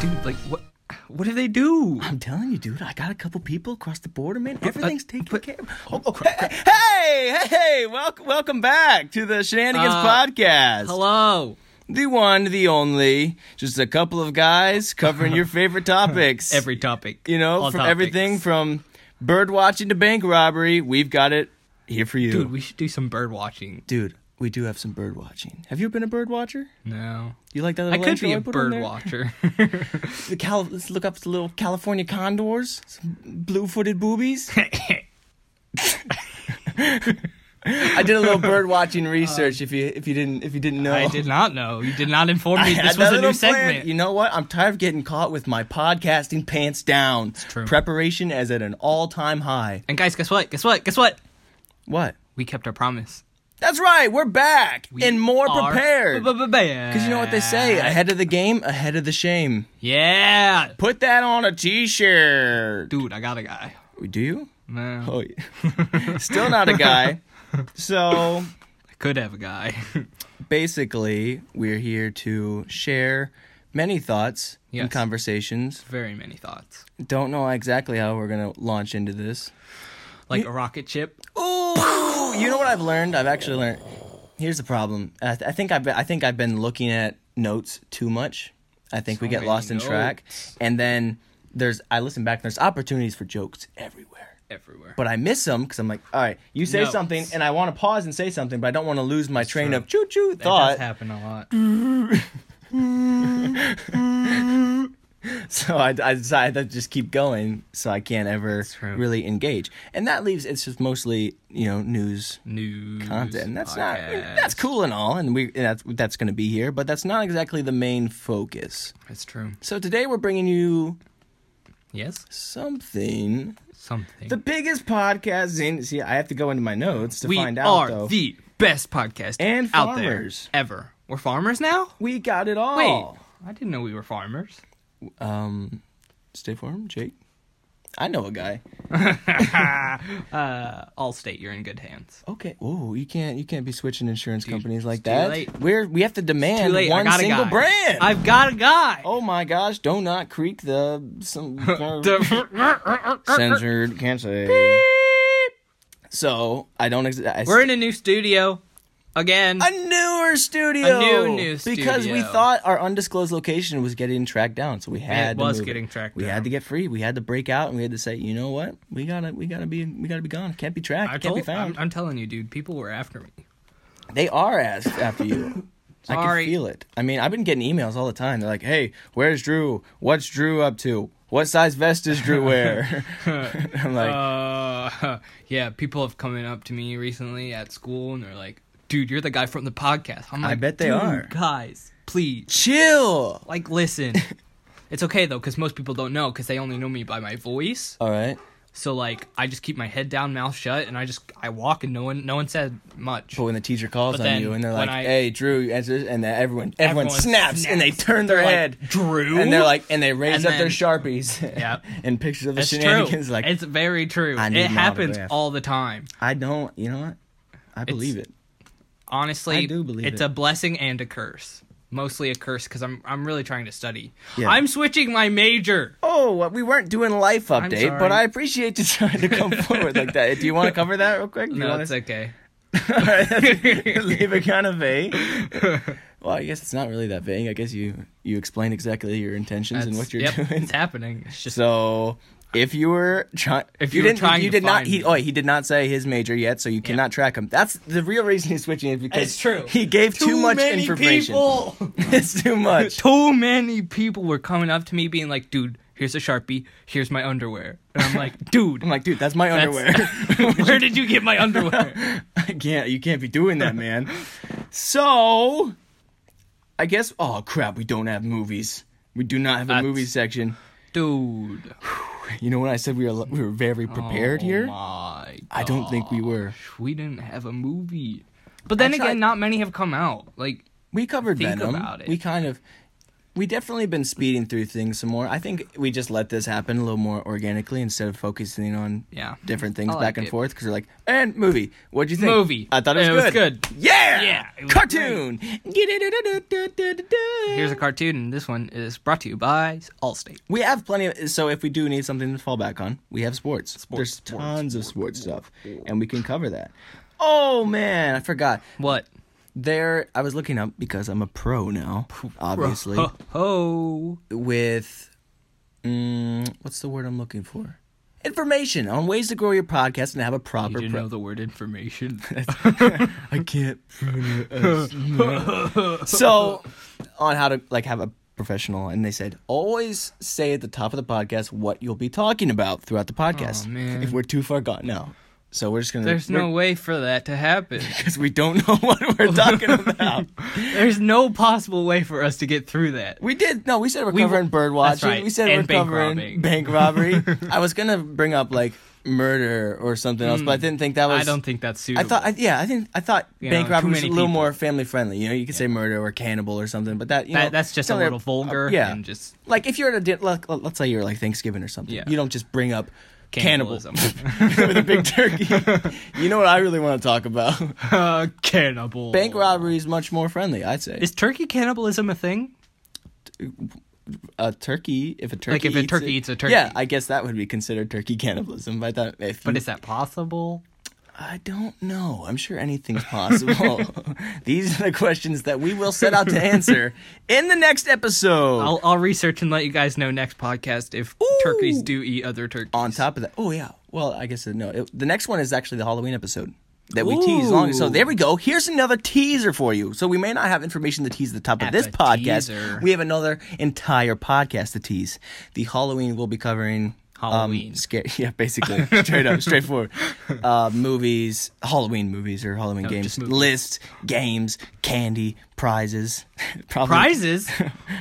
dude, like what? What did they do? I'm telling you, dude, I got a couple people across the border, man. Everything's taken but- care of. Oh, oh, hey, hey, hey, hey, welcome, welcome back to the Shenanigans Uh, Podcast. Hello. The one, the only, just a couple of guys covering your favorite topics. Every topic. you know, All from topics. everything from bird watching to bank robbery, we've got it here for you. Dude, we should do some bird watching. Dude, we do have some bird watching. Have you ever been a bird watcher? No. You like that? I Little could be intro a put on bird there? watcher. The Cal- let's look up the little California condors, some blue-footed boobies. I did a little bird watching research. if you if you didn't if you didn't know, Uh, I did not know. You did not inform I me had this that was a new little plan. segment. You know what? I'm tired of getting caught with my podcasting pants down. It's true. Preparation is at an all-time high. And guys, guess what? Guess what? Guess what? What? We kept our promise. That's right. We're back and more Are prepared. prepared. Because you know what they say: ahead of the game, ahead of the shame. Yeah. Put that on a T-shirt. Dude, I got a guy. Do you? No. Oh, yeah. still not a guy. So I could have a guy. basically, we're here to share many thoughts and Yes. conversations. Very many thoughts. Don't know exactly how we're gonna launch into this. Like a rocket ship. Ooh, you know what I've learned? I've actually learned. Here's the problem. I, th- I think I've been, I think I've been looking at notes too much. I think we So get many lost in track, notes. and then there's I listen back. and There's opportunities for jokes everywhere. Everywhere. but I miss them because I'm like, all right, you say No. something, and I want to pause and say something, but I don't want to lose my train true. of choo choo that does thought. Mm. happen a lot. So I, I decided to just keep going, so I can't ever true. really engage, and that leaves it's just mostly you know news News. content. And that's not I mean, podcast. that's cool and all, and we and that's that's going to be here, but that's not exactly the main focus. That's true. So today we're bringing you Yes? something. Something. The biggest podcast in see, I have to go into my notes to we find out. are though. the best podcast And out there farmers. Oh. ever. We're farmers now? we got it all. Wait. I didn't know we were farmers. Um, State Farm, Jake. I know a guy. Uh, Allstate, you're in good hands. Okay. Oh, you can't you can't be switching insurance companies like it's too that. late. We're we have to Too demand late. I one got single a guy. brand. I've got a guy. oh my gosh! Do not creak the some uh, The- censored. Can't say. So I don't. Ex- I We're in a new studio again. a newer studio. A new- new Because we studio. thought our undisclosed location was getting tracked down, so we had to was move getting tracked We down. had to get free. We had to break out, and we had to say, you know what? We gotta, we gotta be, we gotta be gone. Can't be tracked. I can't told, be found. I'm, I'm telling you, dude. People were after me. They are asked after you. I can Sorry. feel it. I mean, I've been getting emails all the time. They're like, "Hey, where's Drew? What's Drew up to? What size vest does Drew wear?" I'm like, Uh, yeah, people have come in up to me recently at school, and they're like, "Dude, you're the guy from the podcast." I'm I like, bet they "Dude, are." guys. Please, "Chill." like, listen. it's okay though, because most people don't know, because they only know me by my voice. All right, So like, I just keep my head down, mouth shut, and I just I walk, and no one no one said much. but when the teacher calls But on then you and they're when like, I- "Hey, Drew," you answer this," and then everyone, everyone, Everyone snaps, and they snaps. turn their They're like, head, "Drew?" and they're like, and they raise And up their then- sharpies. Yeah. and pictures of the It's shenanigans. true. Like, it's very true. I need It an happens autograph. all the time. I don't. You know what? I believe it. Honestly, I do believe it's it. a blessing and a curse. Mostly a curse because I'm I'm really trying to study. Yeah. I'm switching my major. Oh, well, we weren't doing life update, but sorry. I appreciate you trying to come forward like that. Do you want to cover that real quick? Do you No, wanna- it's okay. All right. leave it kind of vague. Well, I guess it's not really that vague. I guess you you explain exactly your intentions and That's- what you're yep, doing. It's happening. It's just So, if you were trying, If you were didn't, trying you to did not. find He me. oh, he did not say his major yet, so you cannot track him. That's the real reason he's switching is because It's true. He gave too, much many information. People. it's too much. too many people were coming up to me being like, "Dude, here's a sharpie. Here's my underwear." And I'm like, "Dude, I'm like, dude, that's my that's- underwear. where did you get my underwear?" I can't. You can't be doing that, man. so, I guess. Oh crap! We don't have movies. We do not have a That's- movie section. Dude, You know when I said we were we were very prepared oh here? My I don't think we were. we didn't have a movie. But then I tried- again, not many have come out. Like We covered Think Venom. about it. We kind of we definitely been speeding through things some more. I think we just let this happen a little more organically instead of focusing on Yeah. different things I back like and it. forth because we're like, and movie. What'd you think? Movie. I thought it was, And it was good. good. Yeah. Yeah, it was Cartoon. Here's a cartoon, and this one is brought to you by Allstate. We have plenty of. So if we do need something to fall back on, we have sports. There's tons of sports stuff, and we can cover that. Oh man, I forgot. What? There, I was looking up because I'm a pro now, obviously. Ho, ho. with mm, what's the word I'm looking for? Information on ways to grow your podcast and have a You proper. didn't pro- know the word information. I can't. so, on how to like have a professional, and they said always say at the top of the podcast what you'll be talking about throughout the podcast. Aw, Oh, man. If we're too far gone now, so we're just gonna. There's no way for that to happen. because we don't know what we're talking about. There's no possible way for us to get through that. We did. No, we said we're We- covering bird watching. right, We said and we're bank covering robbing. bank robbery. I was gonna bring up like murder or something else, but I didn't think that was. Hmm. I don't think that's I suitable. thought. I, yeah, I think I thought You bank know, too robbery was a many little people. more family friendly. You know, you could say murder or cannibal or something, but that you know that, that's just a something- little vulgar. uh, yeah, and just like if you're at a din- like, let's say you're like Thanksgiving or something. Yeah. You don't just bring up cannibal cannibalism. with a big turkey. you know what I really want to talk about? uh, cannibal. bank robbery is much more friendly. I'd say Is turkey cannibalism a thing? a turkey if a turkey Like, if a eats turkey it- eats a turkey. yeah i guess that would be considered turkey cannibalism but that if But you- is that possible? i don't know i'm sure anything's possible these are the questions that we will set out to answer in the next episode I'll, I'll research and let you guys know next podcast if turkeys do eat other turkeys. on top of that oh yeah well i guess no it, the next one is actually the halloween episode that we teased long so Ooh. there we go here's another teaser for you so we may not have information to tease at the top of At this the podcast teaser. we have another entire podcast to tease the halloween we'll be covering um, Halloween. scary yeah basically straight up straightforward uh, movies halloween movies or halloween games just movies. lists games candy prizes probably Prizes?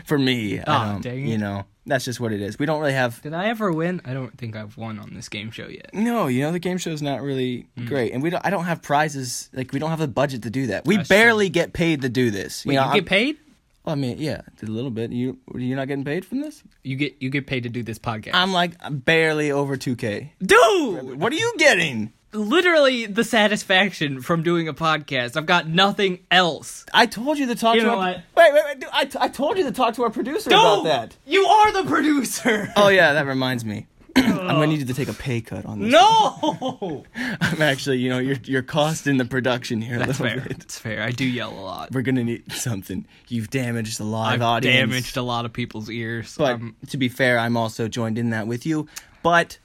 for me I Aw, don't- dang it. you know that's just what it is we don't really have Did I ever win? I don't think I've won on this game show yet. no, you know the game show's not really Hmm. great, and we don't. I don't have prizes. Like we don't have the budget to do that. We That's barely get paid to do this. Wait, know, you I'm- get paid? Well, I mean, yeah, a little bit. You you're not getting paid from this. You get you get paid to do this podcast. I'm like barely over two k. Dude, What are you getting? literally the satisfaction from doing a podcast. I've got nothing else. I told you to talk You to. know our, what? Wait, wait, wait. dude, I, t- I told you to talk to our producer about Dude, that. You are the producer. Oh yeah, that reminds me. I'm gonna need you to take a pay cut on this. No. I'm actually, you know, you're you're costing the production here a That's little fair. bit. It's fair. I do yell a lot. We're gonna need something. You've damaged the live I've audience. damaged a lot of people's ears. But um, to be fair, I'm also joined in that with you. But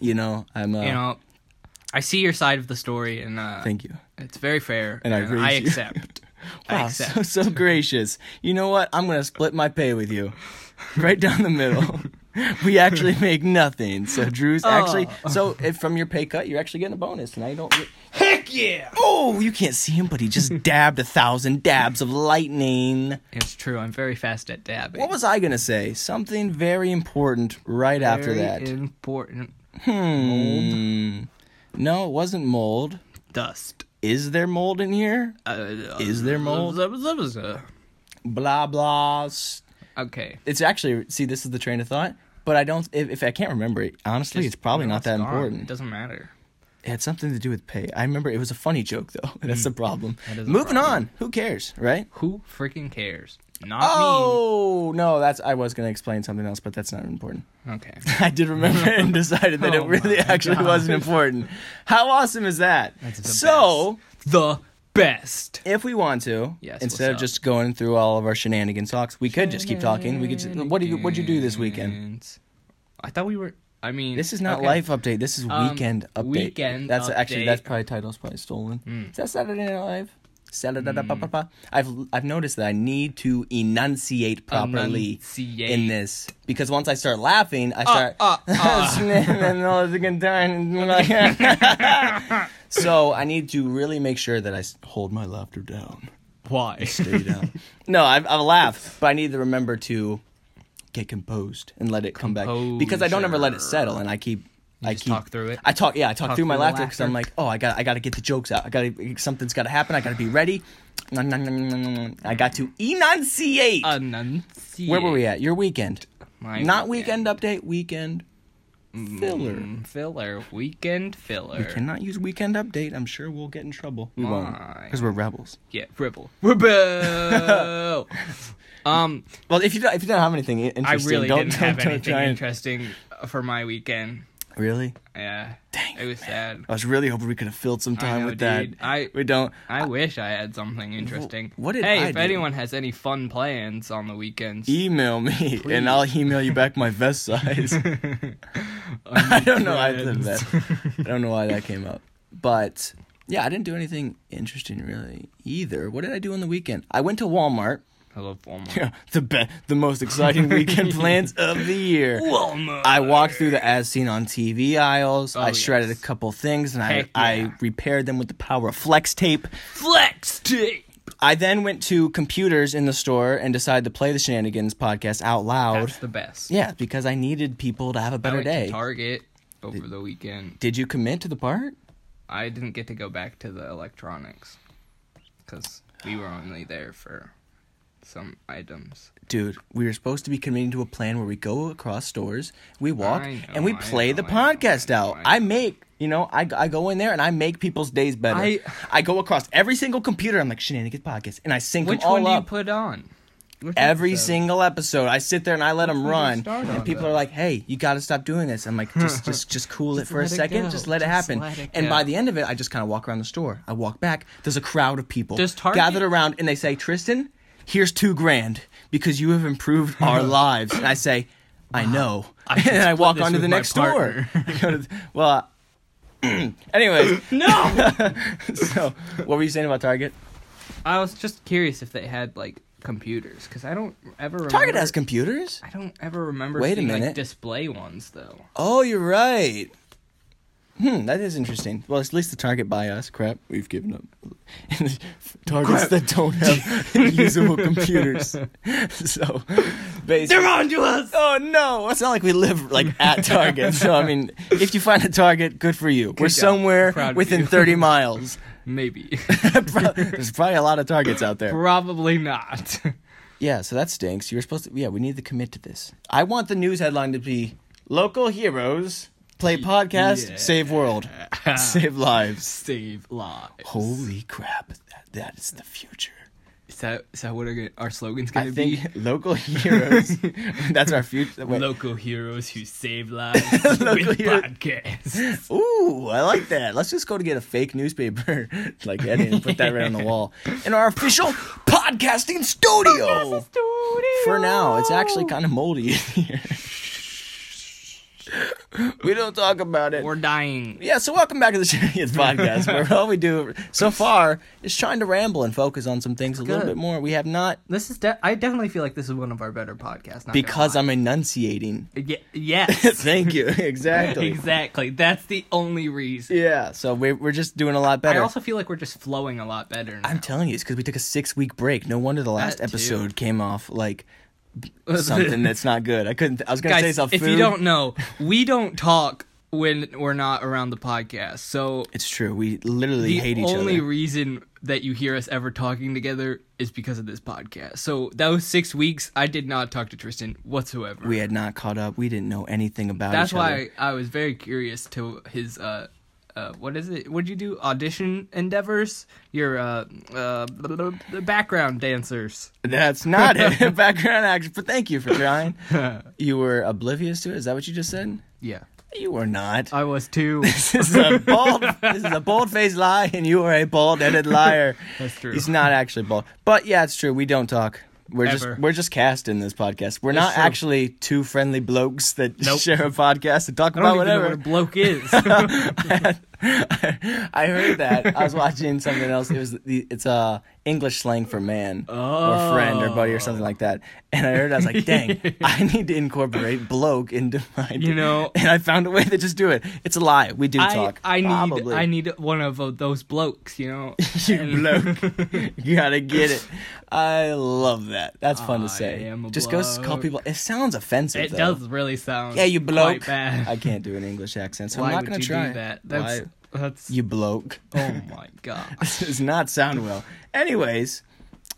you know, I'm. Uh, you know, I see your side of the story, and uh, thank you. it's very fair, And I agree with you. accept. I Wow, accept. so so gracious. You know what? I'm gonna split my pay with you, right down the middle. we actually make nothing. So Drew's Oh. actually. So if from your pay cut, you're actually getting a bonus. Now you don't. get- Heck yeah! Oh, you can't see him, but he just dabbed a thousand dabs of lightning. It's true. I'm very fast at dabbing. What was I gonna say? Something very important right after Very that. important Hmm. No, it wasn't mold. dust. Is there mold in here? Uh, Is there mold? That was, that was uh, blah blah. s- okay. It's actually see this is the train of thought, but I don't if, if I can't remember it. Honestly, it's probably No, not that gone. It important. doesn't matter. It had something to do with pay. I remember it was a funny joke though. That's the problem. Mm. That is a Moving problem. on. Who cares, right? Who freaking cares? Not Oh no, that's I was gonna explain something else, but that's not important. me. Okay. I did remember it and decided that Oh it really my actually God. wasn't important. How awesome is that? That's the so The best. if we want to, Yes, instead what's of up? just going through all of our shenanigans talks, we could just keep talking. We could. Just, what do you What'd you do this weekend? I thought we were. I mean, This is not okay. life update. This is Um, weekend update. weekend That's actually update. Hmm. that's probably title's probably stolen. Is that Saturday Night Live? Saturday da- ba- ba- ba. I've I've noticed that I need to enunciate properly Enunciate. in this because once I start laughing, I start. uh, so I need to really make sure that I s- hold my laughter down. Why? Stay down. no, I, I laugh, but I need to remember to get composed and let it come back because I don't ever let it settle, and I keep You I just keep- talk through it. I talk, yeah, I talk, Talk through my through the laughter because I'm like, laughter. oh, I got, I got to get the jokes out. I got to, something's got to happen. I got to be ready. I got to enunciate. Enunciate. Where were we at? Your weekend, My not weekend, update. Weekend filler. Mm, filler. Weekend filler. We cannot use weekend update. I'm sure we'll get in trouble. We won't Why? because we're rebels. Yeah, rebel. Rebel. um, Well, if you don't, if you don't have anything i- I interesting, really don't, didn't don't, have don't anything try and- interesting for my weekend. Really, Yeah, Dang it was sad. I was really hoping we could have filled some I time know, with that. dude. I We don't. I wish I had something interesting. what did hey, I if do? E- anyone has any fun plans on the weekends, Email me and I'll email you back my vest size. I don't know. I said that. I don't know why that came up, but yeah, I didn't do anything interesting really either. What did I do on the weekend? I went to Walmart. I love Walmart. Yeah, the be- the most exciting weekend plans of the year. Walmart. I walked through the as seen on TV aisles. Oh, I shredded yes. a couple things and I Heck yeah. I repaired them with the power of flex tape. flex tape. I then went to computers in the store and decided to play the Shenanigans podcast out loud. That's the best. Yeah, because I needed people to have a I better went to day. Target over the weekend. Did you commit to the part? I didn't get to go back to the electronics because we were only there for some items. Dude, we were supposed to be committing to a plan where we go across stores, we walk, I know, and we I play know, the I know, I podcast know, out. I know. I, make, you know, I, I go in there and I make people's days better. I, I- go across every single computer. I'm like, shenanigans podcast, and I sync Which them all one do you up. put on? Which every episode? single episode, I sit there and I let them one do you run, start and on, people though? are like, "Hey, you got to stop doing this." I'm like, "Just, just, just cool it for a let it second. go. Just let it Just happen." let it and go. by the end of it, I just kind of walk around the store. I walk back. There's a crowd of people Does Target- gathered around, and they say, "Tristan, here's two grand because you have improved our lives." And I say, "I know," and should then I split walk this on to with the my next partner. store. I go to th- well, uh, anyways, No! so what were you saying about Target? I was just curious if they had, like, computers, because I don't ever remember. Target has computers. I don't ever remember Wait a seeing, minute. like, display ones, though. Oh, you're right. Hmm, that is interesting. Well, at least the Target buy us crap. We've given up. Targets that don't have usable computers. so, basically. on to us! Oh no! It's not like we live like at Target. so I mean, if you find a Target, good for you. We're job. somewhere Proud of within you. 30 miles. Maybe. Pro- There's probably a lot of Targets out there. Probably not. Yeah, so that stinks. You were supposed to. Yeah, we need to commit to this. I want the news headline to be local heroes play podcast, yeah. Ah. save world, save lives. Save lives. Holy crap! That, that is the future. Is that, is that what our, g- our slogan's I gonna think be? local heroes. that's our future. Wait. Local heroes who save lives Local with hero- podcasts. Ooh, I like that. Let's just go to get a fake newspaper, like Eddie, and put that right on the wall in our official podcasting studio. For now, it's actually kind of moldy in here. we don't talk about it. We're dying. Yeah, so welcome back to the Shenanigans Podcast, where all we do so far is trying to ramble and focus on some things a little good. bit more. We have not This is. De- I definitely feel like this is one of our better podcasts. Not because I'm enunciating. I'm. yes. Thank you. Exactly. exactly. That's the only reason. Yeah, so we're, we're just doing a lot I better. also feel like we're just flowing a lot better. Now. I'm telling you, it's because we took a six week break. No wonder the last too. episode came off like something that's not good. I couldn't. I was gonna say Guys, something. if you don't know, we don't talk when we're not around the podcast. So it's true. We literally the hate each only other. reason that you hear us ever talking together is because of this podcast. So those six weeks, I did not talk to Tristan whatsoever. we had not caught up. We didn't know anything about That's each other. why I was very curious to his uh, uh what is it? What did you do? Audition endeavors? Your uh uh blah, blah, blah, background dancers. That's not it. Background action. But thank you for trying. You were oblivious to it. Is that what you just said? Yeah. You were not. I was too. this is a bold. this is a bold-faced lie, and you are a bald-headed liar. That's true. He's not actually bald, but yeah, it's true. We don't talk. We're Ever. just we're just cast in this podcast. We're not true. actually two friendly blokes that Nope. share a podcast and talk I don't about even know whatever. what a bloke is. I heard that. I was watching something else. It was the, it's uh, English slang for man Oh. or friend or buddy or something like that. And I heard it, I was like, dang, I need to incorporate bloke into my You know- And I found a way to just do it. It's a lie. We do I, talk. I need Probably. I need one of uh, those blokes, you know. you bloke. you gotta get it. I love that. That's fun I to say. am a Just go s- call bloke. people. It sounds offensive. It though. does really sound Yeah, you bloke. quite bad. I can't do an English accent, so Why I'm not would gonna you try do that? That's Why? that's You bloke. oh my god. This does not sound well. Anyways,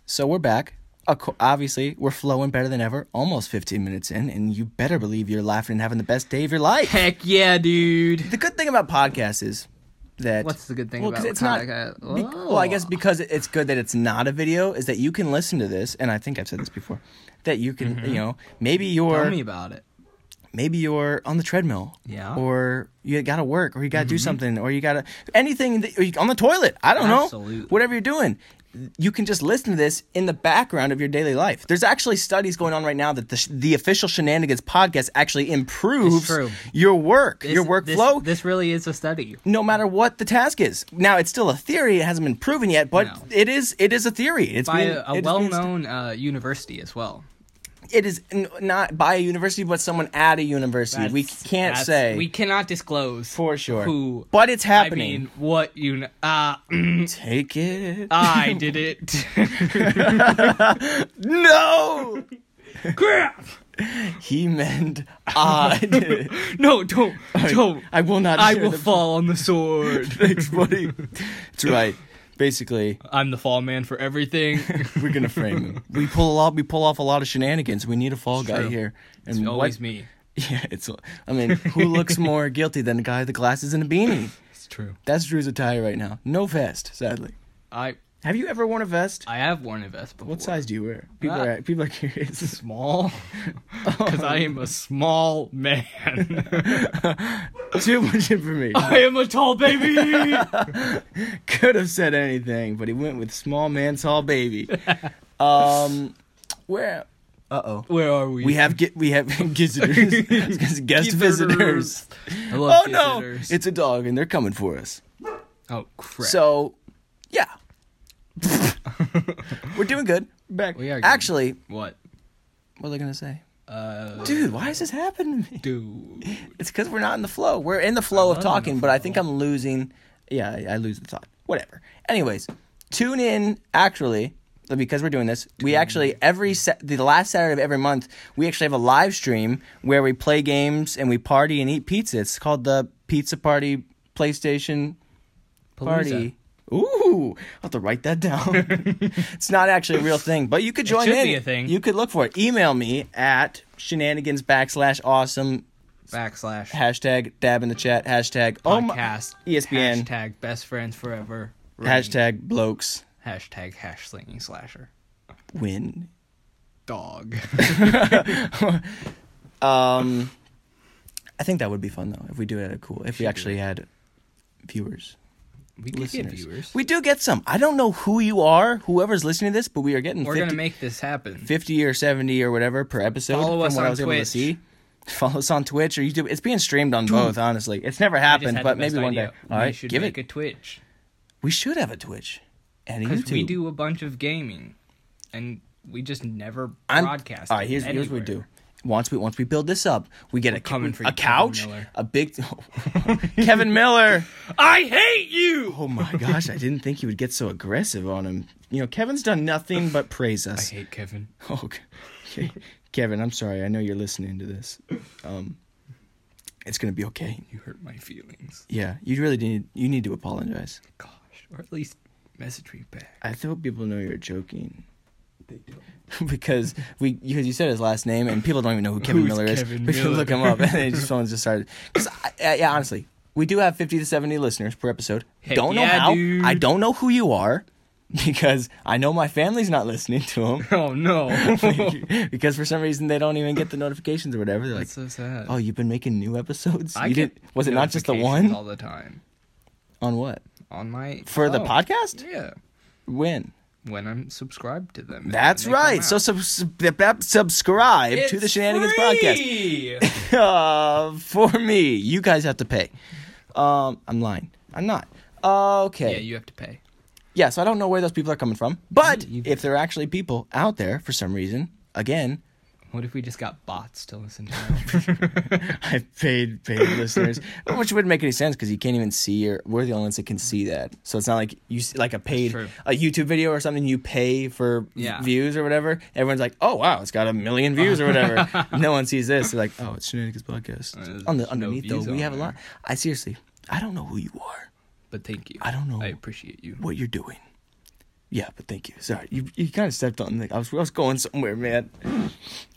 so we're back. Of co- Obviously, we're flowing better than ever. Almost 15 minutes in, and you better believe you're laughing and having the best day of your life. Heck yeah, dude. the good thing about podcasts is that What's the good thing Well, 'cause about Oh, it's not- Kodak? Be- well, I guess because it- it's good that it's not a video is that you can listen to this, and I think I've said this before. That you can, you know, maybe Mm-hmm. tell you're me about it. maybe you're on the treadmill, Yeah. Mm-hmm. or you got to work, or you got to do something, or you got to anything that, or you, on the toilet. I don't know, Absolutely. whatever you're doing, you can just listen to this in the background of your daily life. There's actually studies going on right now that the sh- the official Shenanigans podcast actually improves true. your work, your this, workflow, This really is a study. no matter what the task is. Now it's still a theory; it hasn't been proven yet, but No. it is it is a theory. It's by been- a, it is a being stu- well-known uh, university as well. It is n- not by a university, but someone at a university. we That's- can't that's- say We cannot disclose for sure, who. but it's I happening. mean, what you? Uh, Take it. I did it. no! Crap! He meant I did it. No, don't, don't. I will not I share will the- fall on the sword. Thanks, buddy. That's right. Basically, I'm the fall man for everything. we're gonna frame him. We pull a lot. We pull off a lot of shenanigans. We need a fall guy true. here. And It's what- always me. Yeah, it's. I mean, who looks more guilty than a guy with the glasses and a beanie? It's true. That's Drew's attire right now. No vest, sadly. I Have you ever worn a vest? I have worn a vest before. What size do you wear? People Ah. are people are curious. Small, because I am a small man. Too much information. I am a tall baby. could have said anything, but he went with small man, tall baby. um, where? Uh oh. Where are we? We have get we have visitors, guest visitors. I Oh love no! visitors. It's a dog, and they're coming for us. oh crap. So, yeah, we're doing good. Back. We are good. Actually, what? what are they gonna say? Uh, Dude, why does this happen to me? dude. It's because we're not in the flow. We're in the flow of in talking, the but I think I'm losing. Yeah, I, I lose the thought. Whatever. Anyways, tune in. Actually, because we're doing this, we actually every sa- the last Saturday of every month, we actually have a live stream where we play games and we party and eat pizza. It's called the Pizza Party PlayStation Party. Ooh, I'll have to write that down. it's not actually a real thing, but you could join should in. be a thing. You could look for it. Email me at shenanigans backslash awesome backslash hashtag dab in the chat hashtag oh my- podcast ESPN. hashtag best friends forever ring, hashtag blokes hashtag hash slinging slasher win dog um i think that would be fun though if we do it at a cool if we actually had viewers we could get listeners viewers we do get some i don't know who you are whoever's listening to this but we are getting we're 50, gonna make this happen 50 or 70 or whatever per episode Follow from us what i on was able to Twitch. see follow us on twitch or youtube it's being streamed on both honestly it's never I just happened had but the best maybe one day idea. all we right should give make it a twitch we should have a twitch and a because youtube we do a bunch of gaming and we just never I'm- broadcast All right, it here's here's what we do. anywhere. Once we once we build this up, we get a coming for you, a Kevin couch, Miller. a big Kevin Miller. i hate you Oh my gosh, I didn't think he would get so aggressive on him. You know, Kevin's done nothing but praise i us. hate kevin Oh, okay. Kevin, I'm sorry. I know you're listening to this. Um, it's gonna be okay. you hurt my feelings Yeah, you really need you need to apologize. gosh or at least message me back I hope people know you're joking they don't because we because you said his last name and people don't even know who Kevin Who's Miller is. Kevin but you Miller? look him up and they just someone just started. Because yeah, honestly, we do have fifty to seventy listeners per episode. Heck don't know yeah, how. dude. I don't know who you are because I know my family's not listening to them oh no because for some reason they don't even get the notifications or whatever. They're like, that's so sad oh, you've been making new episodes. I you get didn't. Was it not just the notifications one all the time on what on my for the phone. podcast? Yeah, When? when I'm subscribed to them. That's right. So sub- sub- subscribe to the Shenanigans podcast. podcast. uh, for me. You guys have to pay. Um, I'm lying. I'm not. Uh, Okay. Yeah, you have to pay. yeah, so I don't know where those people are coming from. But You- you- if there are actually people out there for some reason, again, What if we just got bots to listen to? I've paid paid listeners, which wouldn't make any sense because you can't even see. Or we're the only ones that can see that, so it's not like you see, like a paid True. a YouTube video or something. You pay for Yeah. views or whatever. Everyone's like, "Oh wow, it's got a million views or whatever." no one sees this. They're like, "Oh, it's Shenanigans podcast." Uh, there's on the no underneath views though, we on have a there. lot. I seriously, I don't know who you are, but thank you. I don't know. I appreciate you. what you're doing. Yeah, but thank you. Sorry, you you kind of stepped on. The, I was I was going somewhere, man.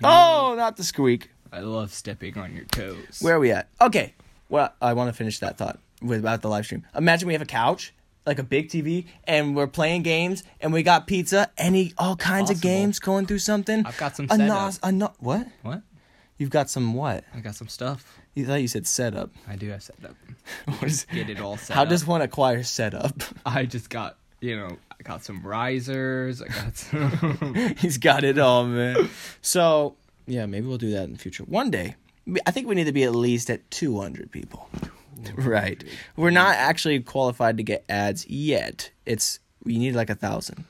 Oh, not the squeak. I love stepping on your toes. Where are we at? Okay. Well, I want to finish that thought with about the live stream. Imagine we have a couch, like a big TV, and we're playing games, and we got pizza, any all kinds of Possible. games going through something. I've got some a setup. nos, a no, what? What? You've got some what? I got some stuff. You thought you said setup. I do have set up. What is- Get it all set How up. does one acquire setup? I just got, you know, I got some risers. I got some. He's got it all, man. So yeah, maybe we'll do that in the future. One day. We- I think we need to be at least at 200 people. Right. We're not actually qualified to get ads yet. It's you need like a thousand.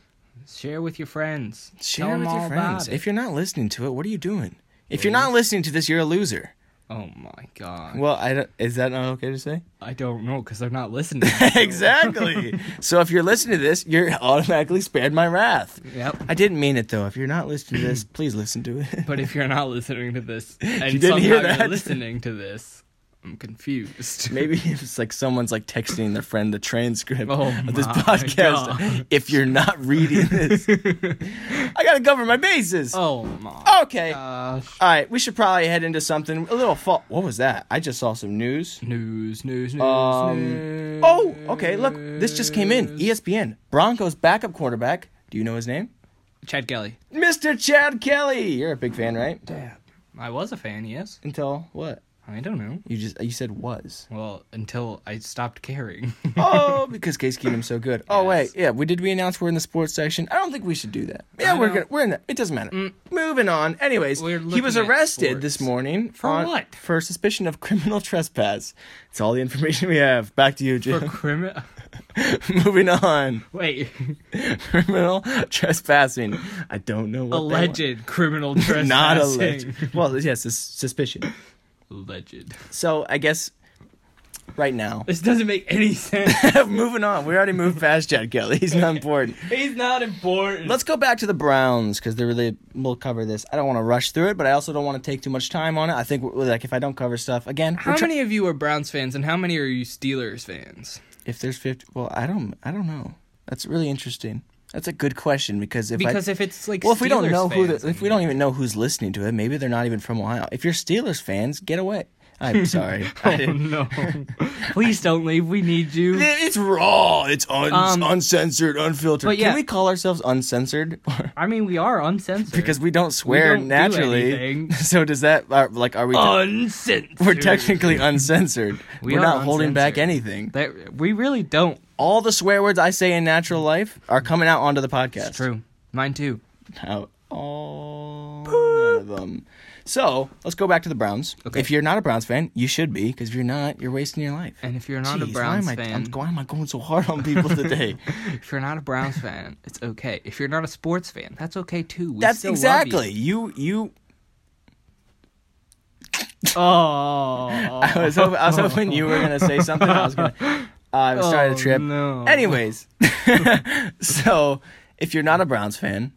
Share with your friends. Share Tell 'em with your all about friends. it. If you're not listening to it, what are you doing? If you're not listening to this, you're a loser. Oh my god. Well, I don't, is that not okay to say? I don't know because they're not listening. exactly. so if you're listening to this, you're automatically spared my wrath. Yep. I didn't mean it though. If you're not listening to this, please listen to it. But if you're not listening to this, and You didn't somehow hear you're that? listening to this, I'm confused. Maybe if it's like someone's like texting their friend the transcript Oh of this my podcast. God. If you're not reading this, I gotta cover my bases. Oh my. okay. Gosh. All right, we should probably head into something a little fall. What was that? I just saw some news. News, news, news, Um, news. oh, okay. Look, this just came in. E ESPN. Broncos backup quarterback. Do you know his name? Chad Kelly. Mr. Chad Kelly. You're a big fan, right? Dad. I was a fan, yes. Until what? I don't know. You just you said was. Well, until I stopped caring. oh, because Case Keenum's so good. Oh wait, Yes. yeah. We did we announce we're in the sports section? I don't think we should do that. Yeah, I we're know. Mm. gonna, we're in. The, it doesn't matter. Moving on. Anyways, We're he was looking at arrested this sports. morning For on- what? For suspicion of criminal trespass. It's all the information we have. Back to you, For Jim. criminal. Moving on. Wait. criminal trespassing. I don't know what they want. Alleged criminal trespassing. Not alleged. Well, yes, sus- suspicion. Alleged. So I guess right now. This doesn't make any sense. Moving on. We already moved past Chad Kelly. He's not important. He's not important. Let's go back to the Browns because they really will cover this. I don't want to rush through it, but I also don't want to take too much time on it. I think we're- like if I don't cover stuff again, we're how try- many of you are Browns fans and how many are you Steelers fans? if there's fifty, well, I don't, I don't know. That's really interesting. That's a good question because if Because I, if it's like well, if we don't Steelers know who, fans, the, if we don't even know who's listening to it, maybe they're not even from Ohio. If you're Steelers fans, get away. I'm sorry. I Oh didn't- no! Please don't leave. We need you. It's raw. It's un- Um, uncensored, unfiltered. but yeah. Can we call ourselves uncensored? I mean, we are uncensored. because we don't swear don't do naturally. anything. Oh, so does that are, like are we? uncensored. We're technically uncensored. We we are are not holding back uncensored. anything. That, we really don't. All the swear words I say in natural life are coming out onto the podcast. It's true. Mine too. Out. All none of them. So let's go back to the Browns. Okay. If you're not a Browns fan, you should be, because if you're not, you're wasting your life. And if you're not Jeez, a why Browns am I, I'm, fan, why am I going so hard on people today? if you're not a Browns fan, it's okay. If you're not a sports fan, that's okay too. We That's still exactly you. You. Love you. Oh. I was. Hoping, I was hoping you were gonna say something. I was gonna. I was starting Oh, to trip. no. Anyways, so if you're not a Browns fan,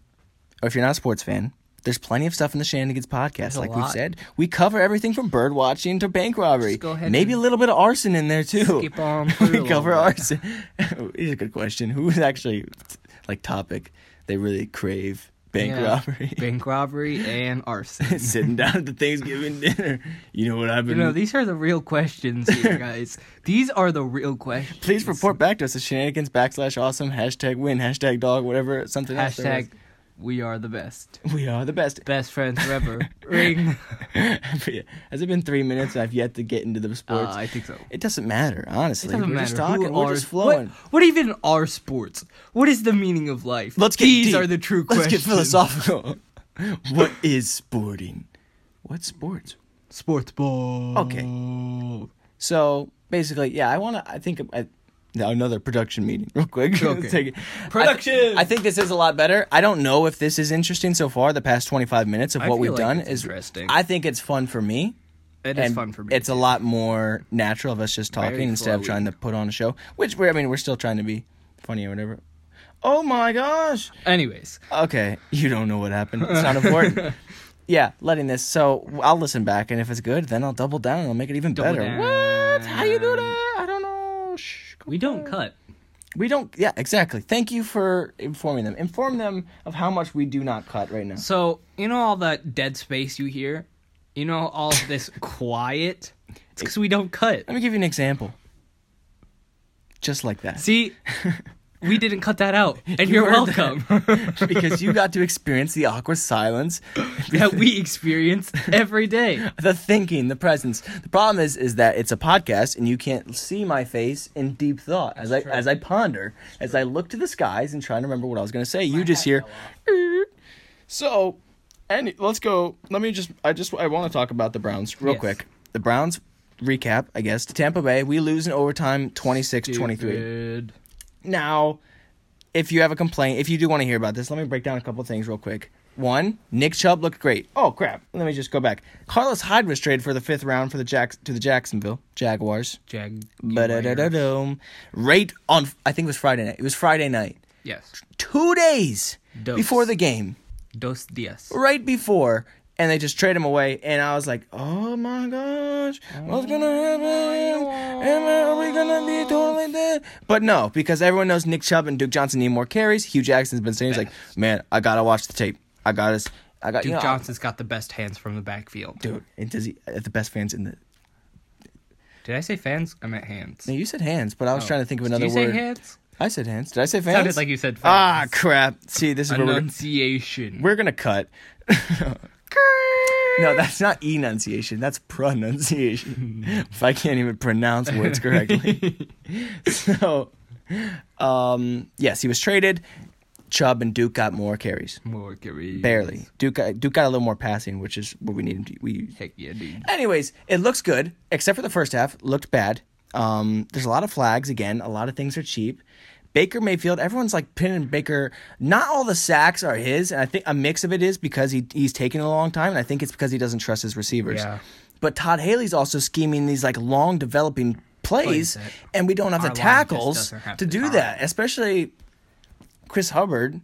or if you're not a sports fan, there's plenty of stuff in the Shenanigans podcast. a Like we've lot. said, we cover everything from bird watching to bank robbery. Just go ahead Maybe a and little bit of arson in there too. skip on through a we little cover bit. arson. It's a good question. Who is actually like topic they really crave? Bank Yeah. robbery. Bank robbery and arson. Sitting down at the Thanksgiving dinner. You know what I've You been know, these are the real questions here, guys. these are the real questions. Please report back to us at shenanigans backslash awesome hashtag win hashtag dog whatever something else there Hashtag, we are the best. was. we are the best. Best friends forever. Ring. Has it been three minutes? and I've yet to get into the Uh, sports. I think so. it doesn't matter, honestly. It doesn't we're matter. just talking. who we're are- just flowing. What, what even are sports? What is the meaning of life? Let's get These deep. are the true Let's questions. get philosophical. what is sporting? What sports? Sports ball. Okay. So basically, yeah, I want to. I think I, Now another production meeting, real quick. Let's Okay. take it. I th- Production! I, think this is a lot better. I don't know if this is interesting so far. The past twenty five minutes of I what feel we've like done it's is interesting. I think it's fun for me. It is and fun for me. It's a lot more natural of us just Very talking instead of flowy. trying to put on a show. Which we're, I mean, we're still trying to be funny or whatever. Oh my gosh! Anyways, Okay, you don't know what happened. It's not important. yeah, letting this. So I'll listen back, and if it's good, then I'll double down and I'll make it even Double better. down. What? How you do that? I don't know. Shh. we don't cut. We don't. Yeah, exactly. Thank you for informing them. Inform them of how much we do not cut right now. So you know all that dead space you hear. You know all this quiet. It's because we don't cut. Let me give you an example. Just like that. See, we didn't cut that out, and you You are heard that. welcome. because you got to experience the awkward silence, that we experience every day. the thinking, the presence. The problem is, is that it's a podcast and you can't see my face in deep thought as I true. as I ponder, as I look to the skies and trying to remember what I was going to say. You just hear. "Err." So, any let's go. Let me just. I just. I want to talk about the Browns real Yes. quick. The Browns recap, I guess, to Tampa Bay. We lose in overtime, 26-23. Stupid. Now, if you have a complaint, if you do want to hear about this, let me break down a couple things real quick. One, Nick Chubb looked great. Oh crap! Let me just go back. Carlos Hyde was traded for the fifth round for the Jacks to the Jacksonville Jaguars. Jag. Ba-da-da-da-dum. Right on, I think it was Friday night. It was Friday night. Yes. Two days Dose. before the game, Dos dias. right before, and they just trade him away. And I was like, oh my gosh, what's gonna happen? Am I, are we gonna be totally dead? But no, because everyone knows Nick Chubb and Duke Johnson need more carries. Hugh Jackson's been saying, he's like, man, I gotta watch the tape. I gotta, s- I got Duke you know, I- Johnson's got the best hands from the backfield. dude. And does he at the best fans in the? Did I say fans? I meant hands. Oh. No, you said hands, but I was trying to think of another Did you word. say hands? I said hands. Did I say fans? Sounded like you said fans. Ah, crap. See, this is where we're, Enunciation. we're gonna cut. No, that's not enunciation. That's pronunciation. if I can't even pronounce words correctly. so, um, yes, he was traded. Chubb and Duke got more carries, More carries. barely. Duke got, Duke got a little more passing, which is what we need him to. We, Heck yeah, dude. anyways, it looks good except for the first half. Looked bad. Um, there's a lot of flags again. A lot of things are cheap. Baker Mayfield, everyone's like pinning Baker. Not all the sacks are his, and I think a mix of it is because he he's taking a long time, and I think it's because he doesn't trust his receivers. Yeah. But Todd Haley's also scheming these like long developing plays, Plays that and we don't have our the line just tackles doesn't have to the do time. that. Especially Chris Hubbard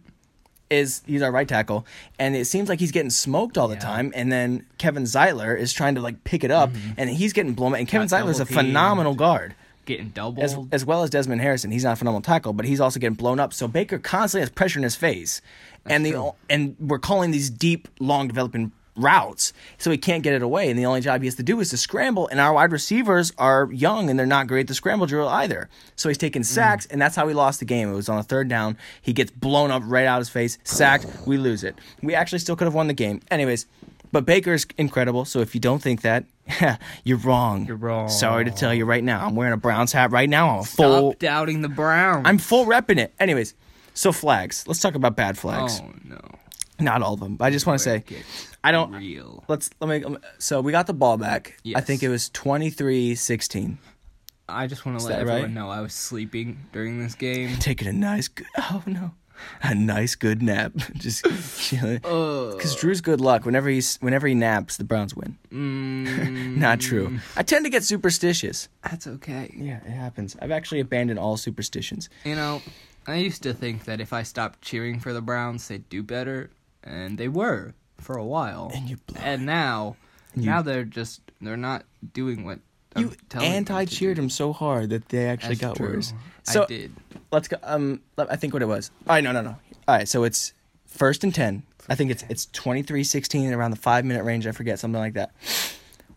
is he's our right tackle, and it seems like he's getting smoked all the time. And then Kevin Zeitler is trying to like pick it up, and he's getting blown. And Kevin Got Zeitler is a double teamed. phenomenal guard. Getting doubled. As, as well as Desmond Harrison, he's not a phenomenal tackle, but he's also getting blown up. So Baker constantly has pressure in his face, and the o- and we're calling these deep, long developing routes, so he can't get it away. And the only job he has to do is to scramble. And our wide receivers are young, and they're not great at the scramble drill either. So he's taking sacks, and that's how he lost the game. It was on a third down. He gets blown up right out of his face, sacked. We lose it. We actually still could have won the game, anyways. But Baker is incredible. So if you don't think that, you're wrong. You're wrong. Sorry to tell you right now. I'm wearing a Browns hat right now. I'm a full. Stop doubting the Browns. I'm full repping it. Anyways, so flags. Let's talk about bad flags. Oh no. Not all of them. But I just want to say, It gets I don't. real. Let's let me. um, So we got the ball back. I Yes. think it was 23-16. I just want to let that everyone right? know I was sleeping during this game. Taking a nice. Good, oh no. A nice good nap. just chilling. Ugh. Because Drew's good luck. Whenever he's whenever he naps, the Browns win. Mm, Not true. I tend to get superstitious. that's okay. Yeah, it happens. I've actually abandoned all superstitions. You know, I used to think that if I stopped cheering for the Browns, they'd do better, and they were for a while. And you blow And now, now they're just they're not doing what I'm You telling them to anti cheered do. him so hard that they actually That's got true. worse. I So did. let's go. Um, let- I think what it was. All right, no, no, no. All right, so it's first and ten. I think it's it's 23, 16, around the five minute range. I forget something like that.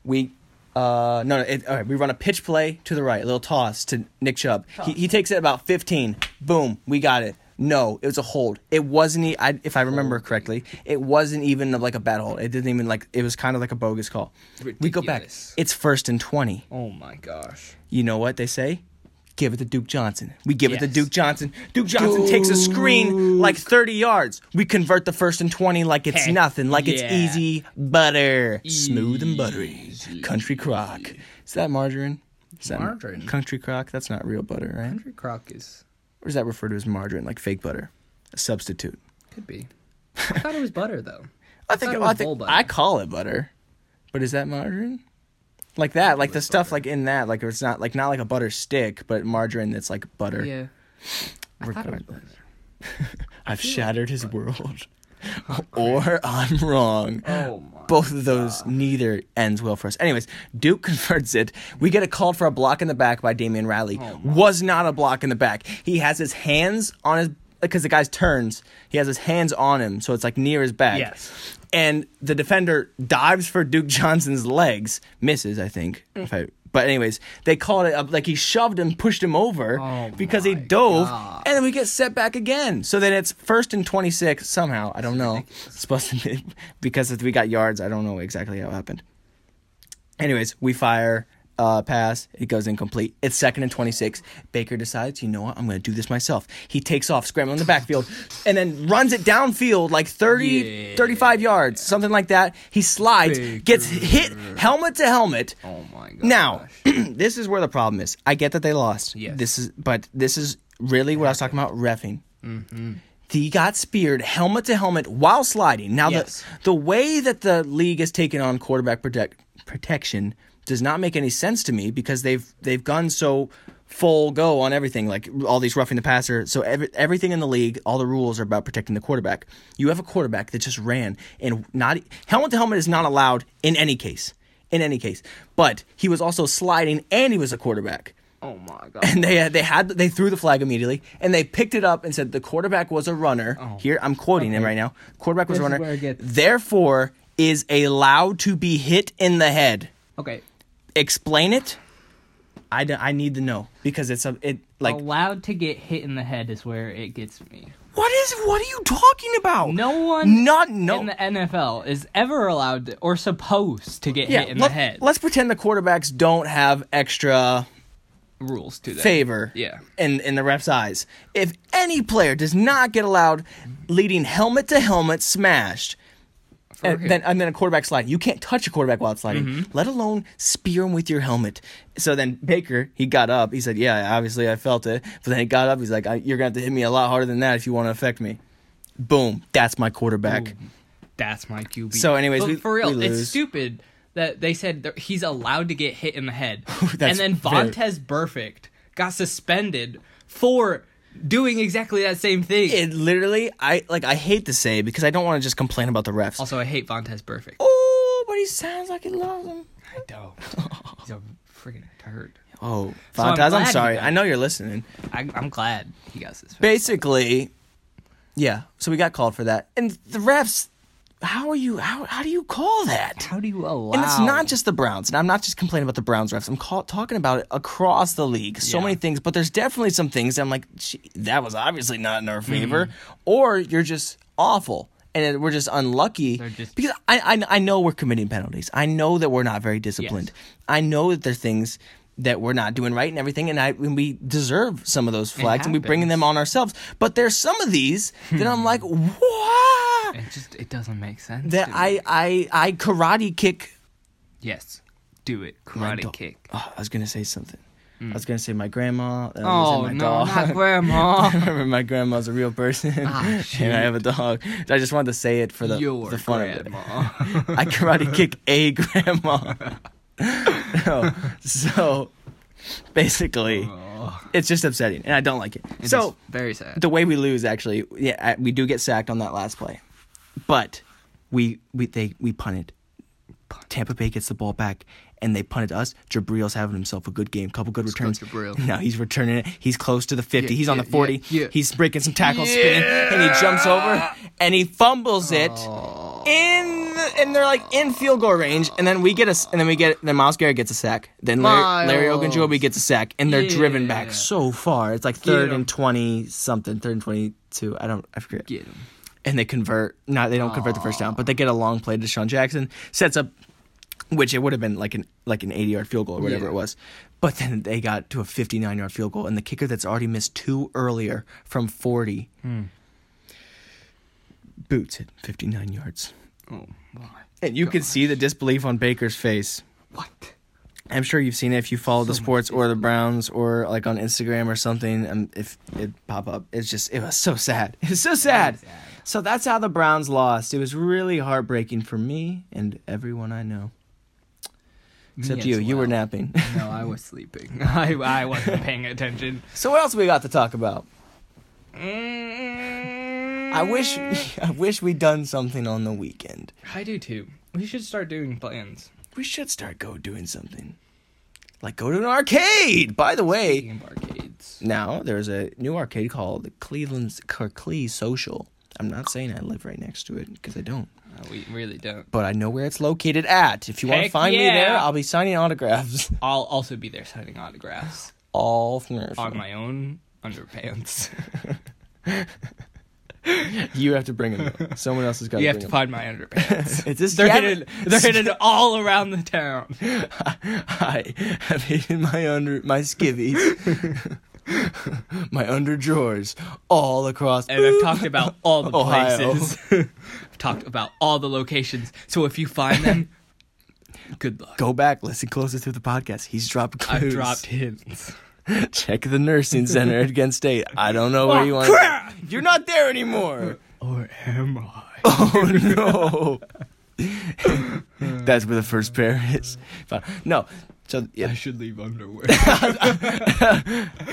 We. Uh no, no it, all right. We run a pitch play to the right, a little toss to Nick Chubb. He, he takes it about fifteen. Boom, we got it. No, it was a hold. It wasn't. E- I, if I remember correctly, it wasn't even like a bad hold. It didn't even like. It was kind of like a bogus call. We go back. Ridiculous. It's first and twenty Oh my gosh. you know what they say? Give it to Duke Johnson. We give it to Yes. Duke Johnson. Duke Johnson takes a screen like 30 yards. We convert the first and 20 like it's Heck nothing, like it's yeah. easy butter. Smooth and buttery. Country crock. Is that margarine? Is that Margarine. country crock? That's not real butter, right? Country crock is Or is that referred to as margarine, like fake butter, a substitute? could be. I thought it was butter though. I think thought it I was think bull butter. I call it butter, but is that margarine? Like that, like it the was stuff butter. like in that, like it's not like not like a butter stick, but margarine that's like butter. Yeah. I thought it was Regardless. butter. I've feel like shattered his world, or I'm wrong. Oh my. Both of those, neither ends well for us. Anyways, Duke converts it. We get a call for a block in the back by Damian Riley. Oh my. Was not a block in the back. He has his hands on his because the guy's turns. He has his hands on him, so it's like near his back. Yes. And the defender dives for Duke Johnson's legs, misses, I think. Mm. If I, but anyways, they called it up like he shoved him, pushed him over Oh because he my dove, God. and then we get set back again. So then it's first and 26 somehow. I don't know. It's supposed to be because if we got yards. I don't know exactly how it happened. Anyways, we fire uh, pass. It goes incomplete. It's second and 26. Baker decides, you know what? I'm going to do this myself. He takes off, scrambling in the backfield, and then runs it downfield like 30, Yeah. 35 yards, something like that. He slides, gets hit helmet to helmet. Oh my god. Now, this is where the problem is. I get that they lost. Yes. This is, but this is really what I was talking about. Refing. Mm-hmm. He got speared helmet to helmet while sliding. Now, Yes. the the way that the league has taken on quarterback protect, protection does not make any sense to me because they've they've gone so full go on everything like all these roughing the passer so every, everything in the league all the rules are about protecting the quarterback you have a quarterback that just ran and not e, helmet to helmet is not allowed in any case in any case but he was also sliding and he was a quarterback Oh my god. and they they had they threw the flag immediately and they picked it up and said the quarterback was a runner. Here I'm quoting him right now. Quarterback was Oh. This a runner. is where it gets- Therefore is allowed to be hit in the head. Okay. Explain it. I, d- I need to know because it's a it like Allowed to get hit in the head is where it gets me. what is what are you talking about? No one not no in the NFL is ever allowed to, or supposed to get yeah. hit in let, the head. Let's pretend the quarterbacks don't have extra Rules to that. favor Yeah. in in the ref's eyes. If any player does not get allowed leading helmet to helmet smashed, For and who? Uh, then and then a quarterback sliding. You can't touch a quarterback while it's sliding, Mm-hmm. let alone spear him with your helmet. So then Baker, he got up. He said, "Yeah, obviously I felt it." But then he got up. He's like, I, "You're gonna have to hit me a lot harder than that if you want to affect me." Boom! That's my quarterback. That's my QB. So anyways, But we- for real, we lose. it's stupid that they said that he's allowed to get hit in the head, That's and then very- Vontez Perfect got suspended for doing exactly that same thing. It literally, I like. I hate to say it because I don't want to just complain about the refs. also, I hate Vontez Perfect. oh, but he sounds like he loves him. I don't. He's a freaking turd. Oh, So I'm Fontaz, I'm, glad he sorry. got- I know you're listening. I, I'm glad he got suspended. Basically, yeah. So we got called for that, and the refs. How are you? How how do you call that? How do you allow? And it's not just the Browns. And I'm not just complaining about the Browns refs. I'm call, talking about it across the league. So Yeah. many things, but there's definitely some things that I'm like, "Gee, that was obviously not in our favor, Mm-hmm. or you're just awful. And it- we're just unlucky They're just- because I, I I know we're committing penalties. I know that we're not very disciplined. I know that there's things that we're not doing right and everything, and I and we deserve some of those flags, and we're bringing them on ourselves. But there's some of these that I'm like, what? Hmm. It just it doesn't make sense. That to me. I I I karate kick yes, do it my karate dog- kick. Oh, I was gonna say something. I was gonna say my grandma. and I was gonna Hmm. Oh say my no, dog. not grandma. Remember, my grandma's a real person, shoot. and I have a dog. I just wanted to say it for the Your the fun grandma. of it. I karate kick a grandma. no, so basically, it's just upsetting, and I don't like it. It's so very sad. the way we lose actually yeah I- we do get sacked on that last play but we we they we punted Tampa Bay gets the ball back and they punt it to us. Jabril's having himself a good game. Couple good go returns. Jabril. Now he's returning it. He's close to the 50. Yeah, he's on yeah, the 40. yeah, yeah. He's breaking some tackles, spinning, and he jumps over and he fumbles it in the, and they're like in field goal range and then we get a s- and then we get then Miles Garrett gets a sack. Then Larry, Larry Miles. Ogunjobi gets a sack and they're driven back Yeah. so far. It's like third him. and 20 something, third and 22. I don't I forget Get him. and they convert. No, they don't convert the first down, but they get a long play to Sean Jackson, sets up, which it would have been like an like an eighty yard field goal or whatever Yeah. it was. But then they got to a fifty nine yard field goal, and the kicker that's already missed two earlier from forty boots it fifty nine yards, Oh my. and you could see the disbelief on Baker's face. What? I'm sure you've seen it if you follow the So much sports or the Browns or like on Instagram or something. Um, if it pop up, it's just it was so sad. It was so sad. So that's how the Browns lost. It was really heartbreaking for me and everyone I know. Me Except as you. You were well. napping. No, I was sleeping. I I wasn't paying attention. so what else we got to talk about? I I wish I wish we'd done something on the weekend. I do too. We should start doing plans. We should start go doing something. Like go to an arcade. By the way, Speaking of arcades. now there's a new arcade called Cleveland's Kirklee Social. I'm not saying I live right next to it because I don't, Uh, we really don't. but I know where it's located at. If you want to Heck find me there, yeah. I'll be signing autographs. I'll also be there signing autographs All commercial. on my own underpants. You have to bring them. though. Someone else has got you to have bring to them. find my underpants. It's this they're jab- hidden. They're hidden all around the town. I have hidden my under my skivvies, my underdrawers, all across. and I've talked about all the Ohio. places. I've talked about all the locations. So if you find them, good luck. Go back, listen closer to the podcast. He's dropped clues. I've dropped hints. Check the nursing center at Kent State. I don't know where Oh, you want. crap! You're not there anymore. Or am I? oh no. That's where the first pair is. Fine. No. So yeah, I should leave underwear.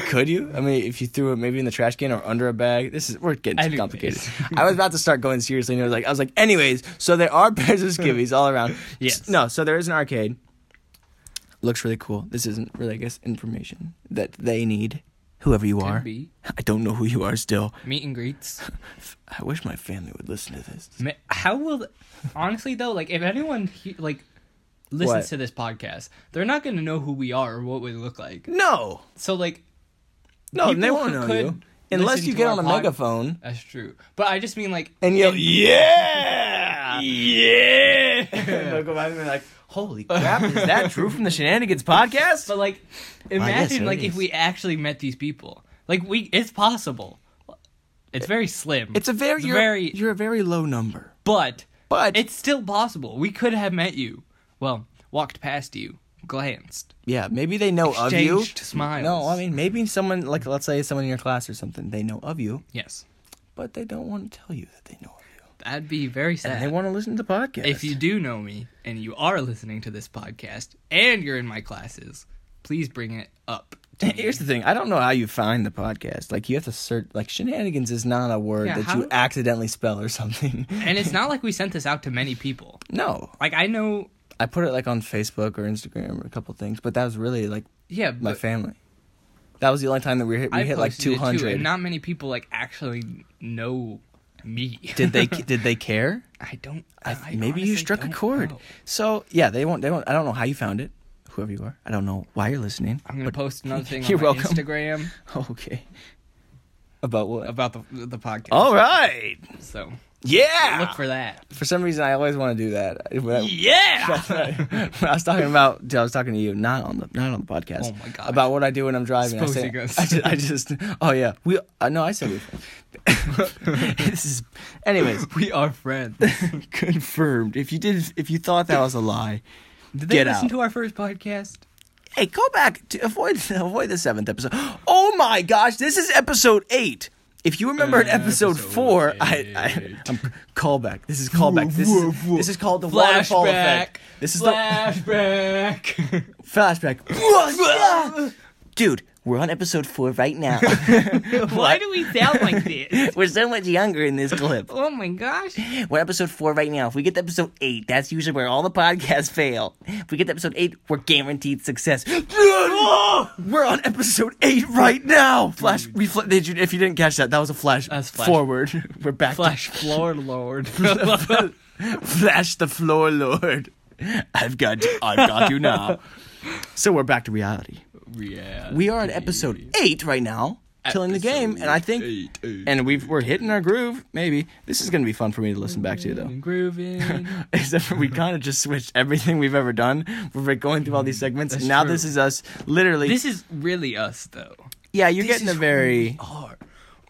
Could you? I mean, if you threw it maybe in the trash can or under a bag, this is we're getting too Anyways. complicated. I was about to start going seriously, and I was like, I was like, anyways. So there are pairs of skivvies all around. Yes. No. So there is an arcade. Looks really cool. This isn't really, I guess, information that they need. Whoever you are, Could be. I don't know who you are still. Meet and greets. I wish my family would listen to this. Ma- How will? th- honestly, though, like if anyone he- like listens What? to this podcast, they're not going to know who we are or what we look like. No, So like, no, People they who won't know could you unless listen you to get our on a pod- Oh, megaphone that's true. But I just mean like, and yell, "Yeah, yeah!" They'll go by and like, "Holy crap! Is that Drew from the Shenanigans podcast?" but like, yes, it imagine like is. if we actually met these people. Like we, it's possible. It's very slim. It's a very, It's you're, very- you're a very low number, but but it's still possible. We could have met you. Well, walked past you, glanced. yeah, maybe they know of you. Exchanged smiles. No, I mean maybe someone like let's say someone in your class or something they know of you, Yes, but they don't want to tell you that they know of you, that'd be very sad. and they want to listen to the podcast. If you do know me and you are listening to this podcast and you're in my classes, please bring it up. To me. Here's the thing. I don't know how you find the podcast. Like you have to search. Like shenanigans is not a word Yeah, that how- you accidentally spell or something. and it's not like we sent this out to many people. no, Like I know, I put it like on Facebook or Instagram or a couple things, but that was really like yeah, my but family. That was the only time that we hit. We I hit like posted it two too, hundred. and not many people like actually know me. did they? Did they care? I don't. I, I maybe you honestly struck a don't chord. know. So yeah, they won't. They won't. I don't know how you found it. Whoever you are, I don't know why you're listening. I'm gonna post another thing on You're my welcome. Instagram Okay. About what? about the the podcast. All right. so Yeah. look for that. For some reason, I always want to do that. When I- Yeah. Oh. That's right. When I was talking about, dude, I was talking to you, not on the, not on the podcast. Oh my gosh. About what I do when I'm driving. I, say, Exposing us. I, just, I just, oh yeah, we. Uh, no, I said we. this is, anyways, we are friends. confirmed. If you did, if you thought that was a lie, Did they Get listen out. to our first podcast? hey, go back to avoid avoid the seventh episode. Oh my gosh, this is episode eight. If you remember in Uh, episode, episode four, I, eight. I I'm callback. This is callback. This is this is called the waterfall Flashback. effect. This is the flashback. Flashback. Dude, we're on episode four right now. Why do we sound like this? we're so much younger in this clip. Oh my gosh. We're episode four right now. If we get to episode eight, that's usually where all the podcasts fail. If we get to episode eight, we're guaranteed success. Dude, we're on episode eight right now. Flash. We fl- did you, if you didn't catch that, that was a flash, That's flash. forward. We're back. Flash floor lord. To- flash the floor, Lord. I've got. I've got you now. So we're back to reality. yeah. We are at episode eight right now, killing the game, and I think, and we've we're hitting our groove. Maybe this is gonna be fun for me to listen back to Mm-hmm. though. grooving. Except for we kind of just switched everything we've ever done. We've been going through all these segments. That's now true. this is us literally. This is really us though. yeah, you're this getting a is very Our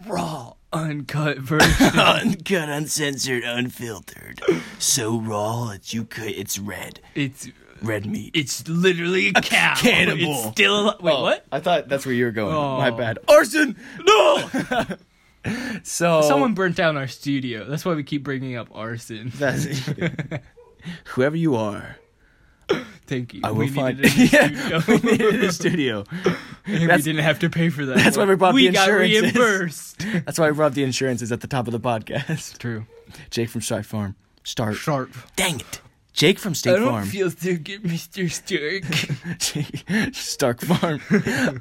raw, uncut version. uncut, uncensored, unfiltered, so raw that you could. It's red. it's red meat. It's literally a cow. cannibal. It's still al- wait. Oh, What? I thought that's where you were going. Oh. My bad. Arson. No. So Someone burnt down our studio. That's why we keep bringing up arson. That's, whoever you are, Thank you. I will we find. Needed it in yeah, the we studio. need it in the studio. And we That's- didn't have to pay for that. that's why we brought the got insurances. reimbursed. That's why we brought the insurances at the top of the podcast. True. Jake from Strike Farm. Start. Sharp. Dang it. Jake from State I don't Farm. feel so good, Mr. Stark. Jake- Stark Farm.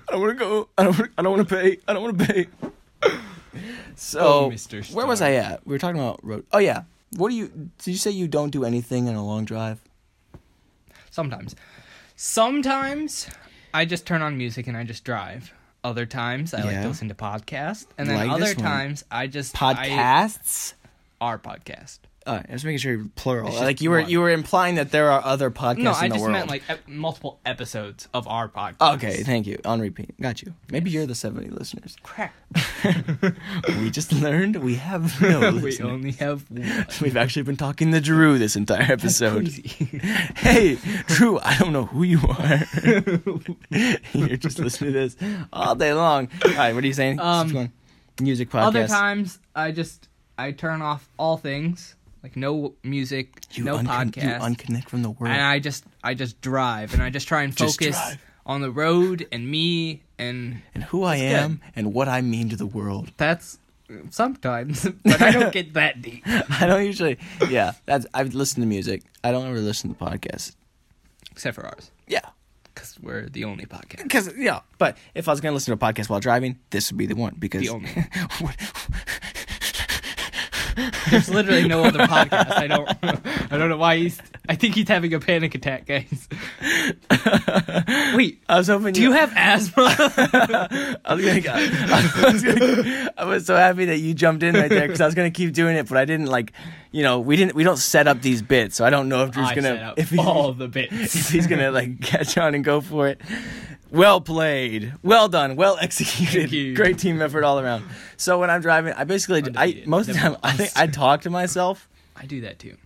I don't want to go. I don't. Wanna, I don't want to pay. I don't want to pay. So, Oh, Mr. where was Stark. I at? We were talking about road. Oh yeah. What do you? Did you say you don't do anything in a long drive? Sometimes. Sometimes I just turn on music and I just drive. Other times I like Yeah. to listen to podcasts. And then Like other this one. times I just I, Podcasts. our podcast. All right, I was making sure you're plural. It's just Like you were, one. you were implying that there are other podcasts no, in I the just world. meant like ep- multiple episodes of our podcast. okay, thank you. On repeat, got you. Maybe you're the seventy listeners. Crap. we just learned we have no we listeners. only have one. We've actually been talking to Drew this entire episode. Crazy. Hey, Drew, I don't know who you are. you're just listening to this all day long. All right, what are you saying? Um, Keep going. Music podcast. Other times I just I turn off all things. Like no music, you no uncon- podcast. You unconnect from the world. and I just I just drive and I just try and Just focus drive. on the road and me and and who I It's am and what I mean to the world. that's sometimes but I don't get that deep. I don't usually. Yeah, that's. I listen to music. I don't ever listen to podcasts. Except for ours. Yeah, Because we're the only podcast. because yeah. But if I was gonna listen to a podcast while driving, this would be the one because The only one. There's literally no other podcast. I don't I don't know why he's I think he's having a panic attack, guys. Wait, I was hoping. do you have asthma? I was, gonna, I, was gonna- I was so happy that you jumped in right there because I was gonna keep doing it, but I didn't like. You know, we didn't. We don't set up these bits, so I don't know if Drew's I gonna. set up if he- all the bits. if he's gonna like catch on and go for it. Well played, well done, well Thank you. executed. Great team effort all around. So when I'm driving, I basically I Undefeated. most of the Never time I think I talk to myself, I do that too.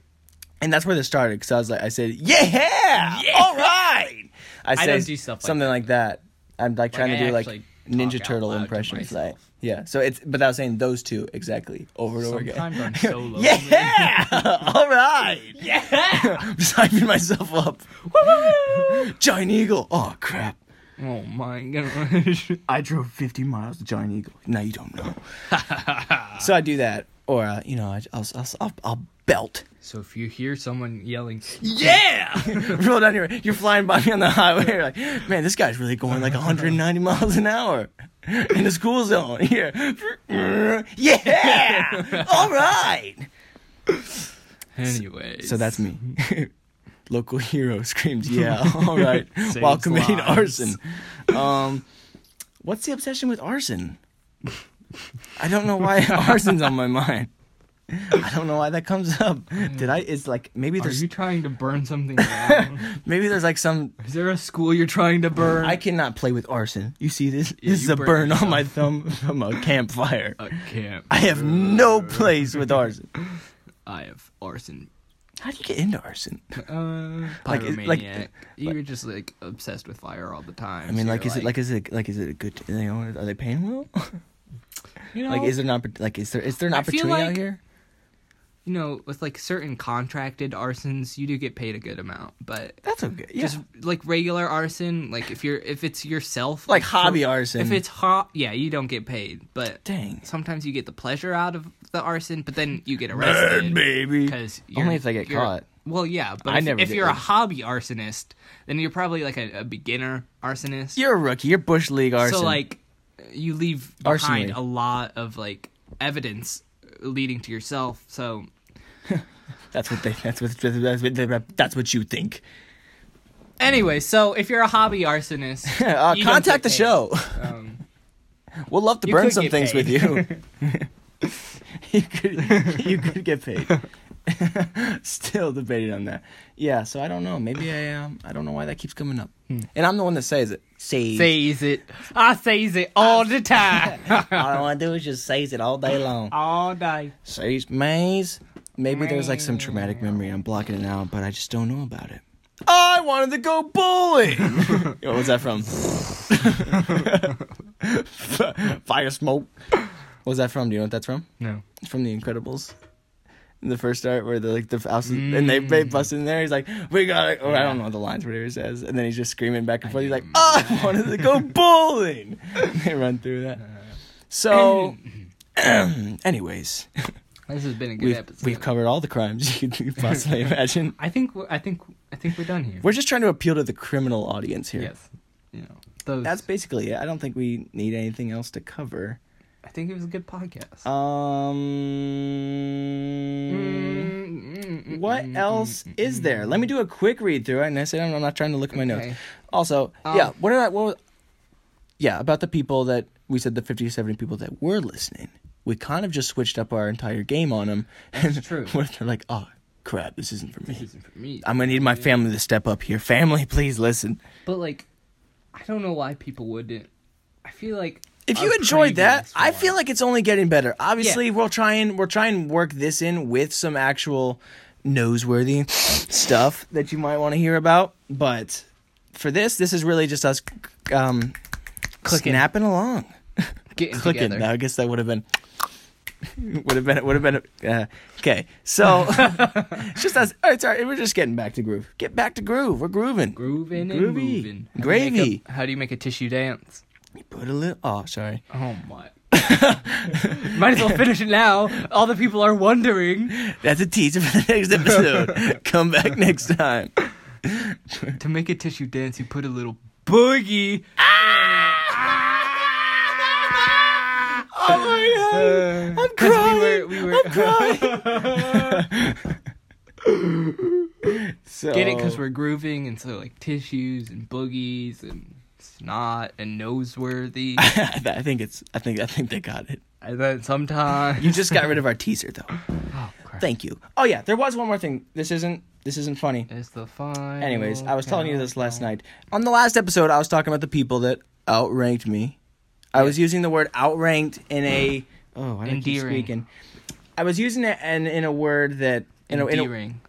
and that's where this started because I was like I said yeah, Yeah. all right. I say don't do stuff like something like that. I'm like trying Like, to I do like actually Ninja talk out Turtle loud to impressions, myself. like yeah. So it's but I was saying those two exactly over and over Sometimes again. I'm solo. Yeah, all right. Yeah. I'm just hyping myself up. Giant Eagle. Oh crap. Oh my gosh. I drove 50 miles to Giant Eagle. Now you don't know. so I do that, or uh, you know, I, I'll, I'll, I'll, I'll belt. So if you hear someone yelling, Yeah, roll down your. You're flying by me on the highway. You're like, man, this guy's really going like 190 miles an hour in the school zone here. Yeah, all right. anyways. So that's me. Local hero screams, yeah, all right, Saves while committing lives. arson. Um, what's the obsession with arson? I don't know why arson's on my mind. I don't know why that comes up. Did I? It's like maybe Are there's you trying to burn something down? maybe there's like some. Is there a school you're trying to burn? I cannot play with arson. You see this? Yeah, this is you a burn burn on my thumb from a campfire. I can't. I have no place with arson. I have arson. How do you get into arson? Uh, Like, pyromaniac. it- like- you were just like obsessed with fire all the time. I mean, so like, you're is it like is it like is it a good? You know, are they paying well? you know, Like, is there an oppor- like is there is there an I feel opportunity out like- here? you know, with like certain contracted arsons, you do get paid a good amount, but That's okay. Yeah. just like regular arson, like if you're if it's yourself, like for- hobby arson. if it's hot, yeah, you don't get paid, but dang, sometimes you get the pleasure out of the arson, but then you get arrested. baby. Because Only if they get caught. Well, yeah, but I if, never if get you're a arrested. hobby arsonist, then you're probably like a, a beginner arsonist. You're a rookie. You're bush league arson. So like, you leave Arson behind league. a lot of like evidence leading to yourself. So that's what they. That's what. That's what. That's what, that's what you think. anyway, so if you're a hobby arsonist, Uh, you don't contact the get paid. show. Um, We'll love to You burn could some get things with paid. you. you could. You could get paid. Still debating on that. Yeah. So I don't know. Maybe I um. I don't know why that keeps coming up. Hmm. And I'm the one that says it. Says. says it. I says it all the time, All I want to do is just says it all day long. all day. Sage maze. Maybe there's like some traumatic memory. I'm blocking it out, but I just don't know about it. I wanted to go bowling. Yo, what's that from? Fire smoke. What's that from? Do you know what that's from? No. It's from The Incredibles. In the first art where the like the house and they, Mm. they bust in there, he's like, "We got it." Or I don't know the lines, whatever he says, and then he's just screaming back and forth. He's like, "I wanted to go bowling." they run through that. Uh-huh. So, anyways, This has been a good we've episode. we've covered all the crimes you could possibly imagine. I think we're, I think I think we're done here. We're just trying to appeal to the criminal audience here. yes. You know. Those, That's basically it. I don't think we need anything else to cover. I think it was a good podcast. Um, Mm, mm, mm, what mm, else mm, is there? Let me do a quick read through. And I said I'm I'm not trying to look at my notes. Okay. Also, Um, yeah, what did I? What was, yeah, about the people that we said the 50 to 70 people that were listening. We kind of just switched up our entire game on them. That's true. what if they're like, oh crap, this isn't for This me. isn't for me. I'm gonna need my family to step up here. Family, please listen. But like, I don't know why people wouldn't. I feel like If our you enjoyed that, previous I one- feel like it's only getting better. Obviously, Yeah. we'll try and we'll try and work this in with some actual noseworthy stuff that you might want to hear about. But for this, this is really just us um, Clicking. snapping along, getting clicking. together. Now, I guess that would have been would have been would have been uh, okay. So it's just us. All right, sorry, we're just getting back to groove. Get back to groove. We're grooving. Grooving and Groovy. moving. How do you make Gravy. a- how do you make a tissue dance? Put a little. Oh, sorry. Oh my. Might as well finish it now. All the people are wondering That's a teaser for the next episode. Come back next time. to make a tissue dance. You put a little boogie. Ah! Oh my god! I'm 'Cause crying. We were, we were, I'm crying. so, Get it? Because we're grooving, and so like tissues and boogies and snot and noseworthy. I think it's. I think. I think they got it. and then sometimes You just got rid of our teaser, though. Oh, crap. Thank you. Oh yeah, there was one more thing. This isn't. This isn't funny. It's the fun. Anyways, I was telling you this last night. On the last episode, I was talking about the people that outranked me. I was using the word outranked in a oh, why do I keep Endearing. speaking? I was using it in, in a word that in a, in a Endearing.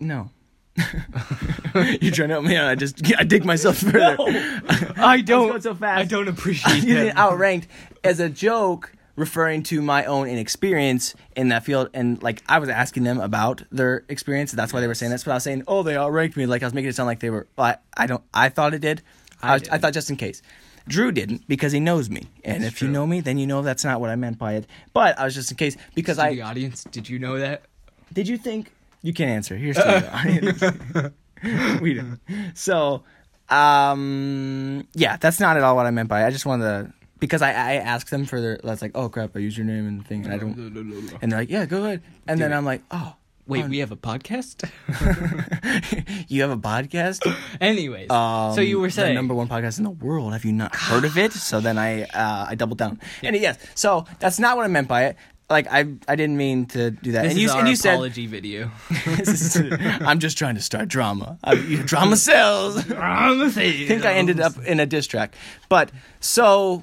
no. You're trying to help me out. I just I dig myself further. I don't. going so fast. oh, I don't I'm appreciate using that. outranked as a joke, referring to my own inexperience in that field. And like I was asking them about their experience. That's why they were saying that's what I was saying. Oh, they outranked me. Like I was making it sound like they were. I, I don't. I thought it did. I, I was, I didn't. thought just in case. Drew didn't because he knows me, and That's if you true. know me, then you know that's not what I meant by it. But I was just in case because to I the audience, did you know that? Did you think you can't answer? Here's to the audience. we don't. So, um, yeah, that's not at all what I meant by. It. I just wanted to because I I asked them for their. That's like, oh crap, I used your name and thing, and I don't. And they're like, yeah, go ahead. And then Dude. I'm like, oh, Wait, we have a podcast. you have a podcast. Anyways, Um, so you were the saying number one podcast in the world. Have you not heard of it? So then I uh, I doubled down. And yes, so that's not what I meant by it. Like I I didn't mean to do that. this and is you our and you said apology video. This is- I'm just trying to start drama. I, you- drama sells. I I think I ended up in a diss track. But so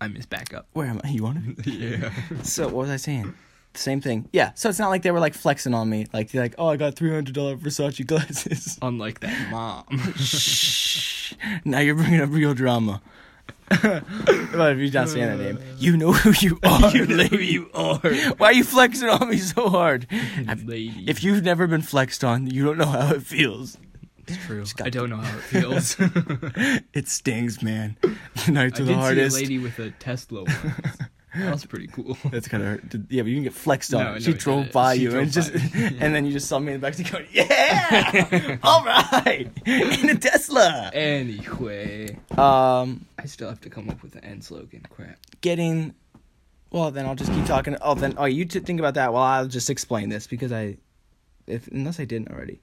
I missed back up. where am I? You want it? Yeah. So what was I saying? Same thing. Yeah. So it's not like they were like flexing on me. Like they're like, oh, I got three hundred dollar Versace glasses. Unlike that mom. Shh. Now you're bringing up real drama. but if you're not saying that name, you know who you are, lady. you are, Why are you flexing on me so hard? lady. If you've never been flexed on, you don't know how it feels. it's true, got- I don't know how it feels. It stings, man. The nights I are did the see hardest. a lady with a Tesla once. That was pretty cool. That's kind of hurt. Did- Yeah, but you can get flexed No, on. I know she it drove did. by She you drove and by just, me. and then you just saw me in the back seat going, "Yeah, all right," in a Tesla. Anyway, Um, I still have to come up with an end slogan. Crap. getting. Well, then I'll just keep talking. Oh, then oh, you t- think about that while I'll just explain this because I, if unless I didn't already.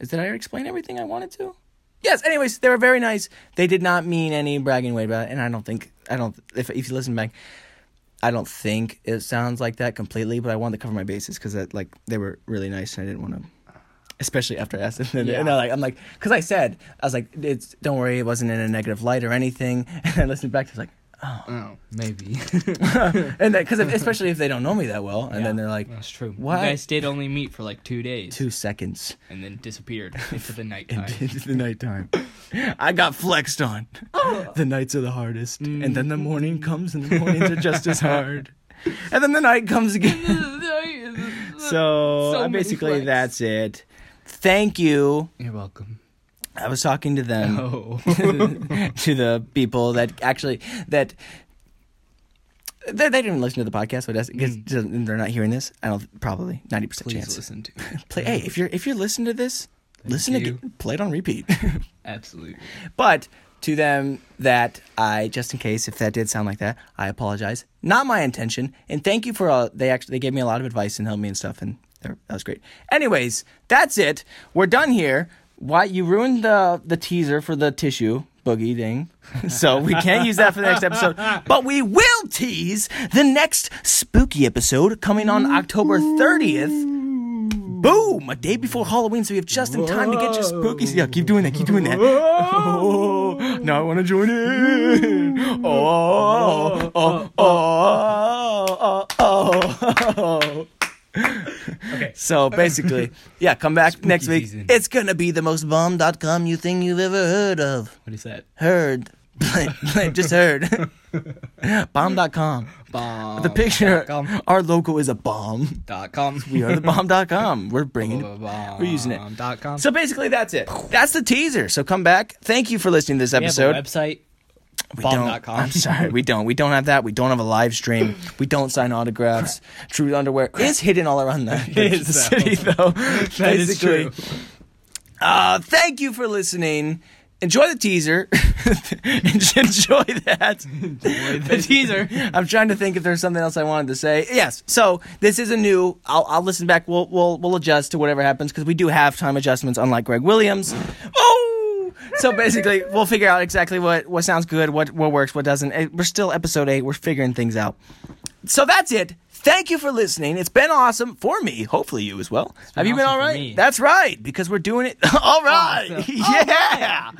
Is did I explain everything I wanted to? Yes. Anyways, they were very nice. They did not mean any bragging way about it, and I don't think I don't if if you listen back, I don't think it sounds like that completely. But I wanted to cover my bases because like they were really nice, and I didn't want to. Especially after I asked them, Yeah. and I like I'm like, because I said I was like, it's don't worry, it wasn't in a negative light or anything. And I listened back, I was like, Oh, maybe. and because especially if they don't know me that well, and Yeah, then they're like That's true. What? You guys did only meet for like two days two seconds and then disappeared into the nighttime. into the nighttime. I got flexed on. The nights are the hardest, and then the Mm. morning comes, and the mornings are just as hard, and then the night comes again. So, So uh, many basically, flex. that's it. Thank you. You're welcome. I was talking to them. Oh. to the people that actually that they, they didn't listen to the podcast, so it doesn't, 'cause they're not hearing this. I don't probably ninety percent Mm. Please chance. listen to Play, hey, if you're if you're listening to this, listen you. to play it on repeat. Absolutely. but to them that I just in case if that did sound like that, I apologize. Not my intention, and thank you for all. They actually they gave me a lot of advice and helped me and stuff, and they're- that was great. Anyways, that's it. We're done here. Why you ruined the the teaser for the tissue boogie thing, so we can't use that for the next episode. But we will tease the next spooky episode coming on October thirtieth. Boom! A day before Halloween, so we have just in time to get your spooky. Yeah, keep doing that. Keep doing that. Oh, now I want to join in. Oh, oh, oh, oh, oh. Okay. So basically, yeah, come back next week. season. It's gonna be the most bomb.com you thing you've ever heard of. What is that? Heard. Just heard. bomb.com. Bomb. The picture, dot com. our logo is a bomb. Dot com. We are the bomb.com. We're bringing Bomb. We're using it. Dot com. So basically, that's it. That's the teaser. So come back. Thank you for listening to this we have episode. a website. We bomb don't- dot com. I'm sorry, we don't. We don't have that. We don't have a live stream. We don't sign autographs. True underwear is hidden all around the, the is, though. city, though. That is true. Uh, thank you for listening. Enjoy the teaser. Enjoy that. the teaser. I'm trying to think if there's something else I wanted to say. Yes. So this is a new. I'll, I'll listen back. We'll we'll we'll adjust to whatever happens because we do have time adjustments, unlike Greg Williams. Oh. So basically, we'll figure out exactly what what sounds good, what what works, what doesn't. Eh, We're still episode eight. We're figuring things out. So that's it. Thank you for listening. It's been awesome for me. Hopefully, you as well. Have you been awesome all for right? me. That's right, because we're doing it. all right. Awesome. Yeah. Ah,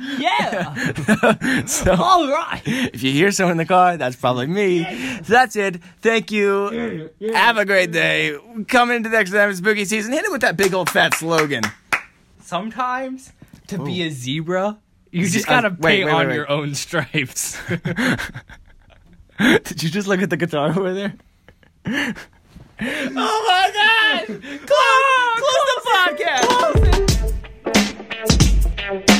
oh, Yeah. So- All right. if you hear someone in the car, that's probably me. So that's it. Thank you. Have a great day. Coming into the next time of spooky season, hit it with that big old fat slogan. Sometimes to be a zebra, you just uh, gotta wait, pay wait, on wait, wait. your own stripes. Did you just look at the guitar over there? oh my god! Close, close the podcast! Close it.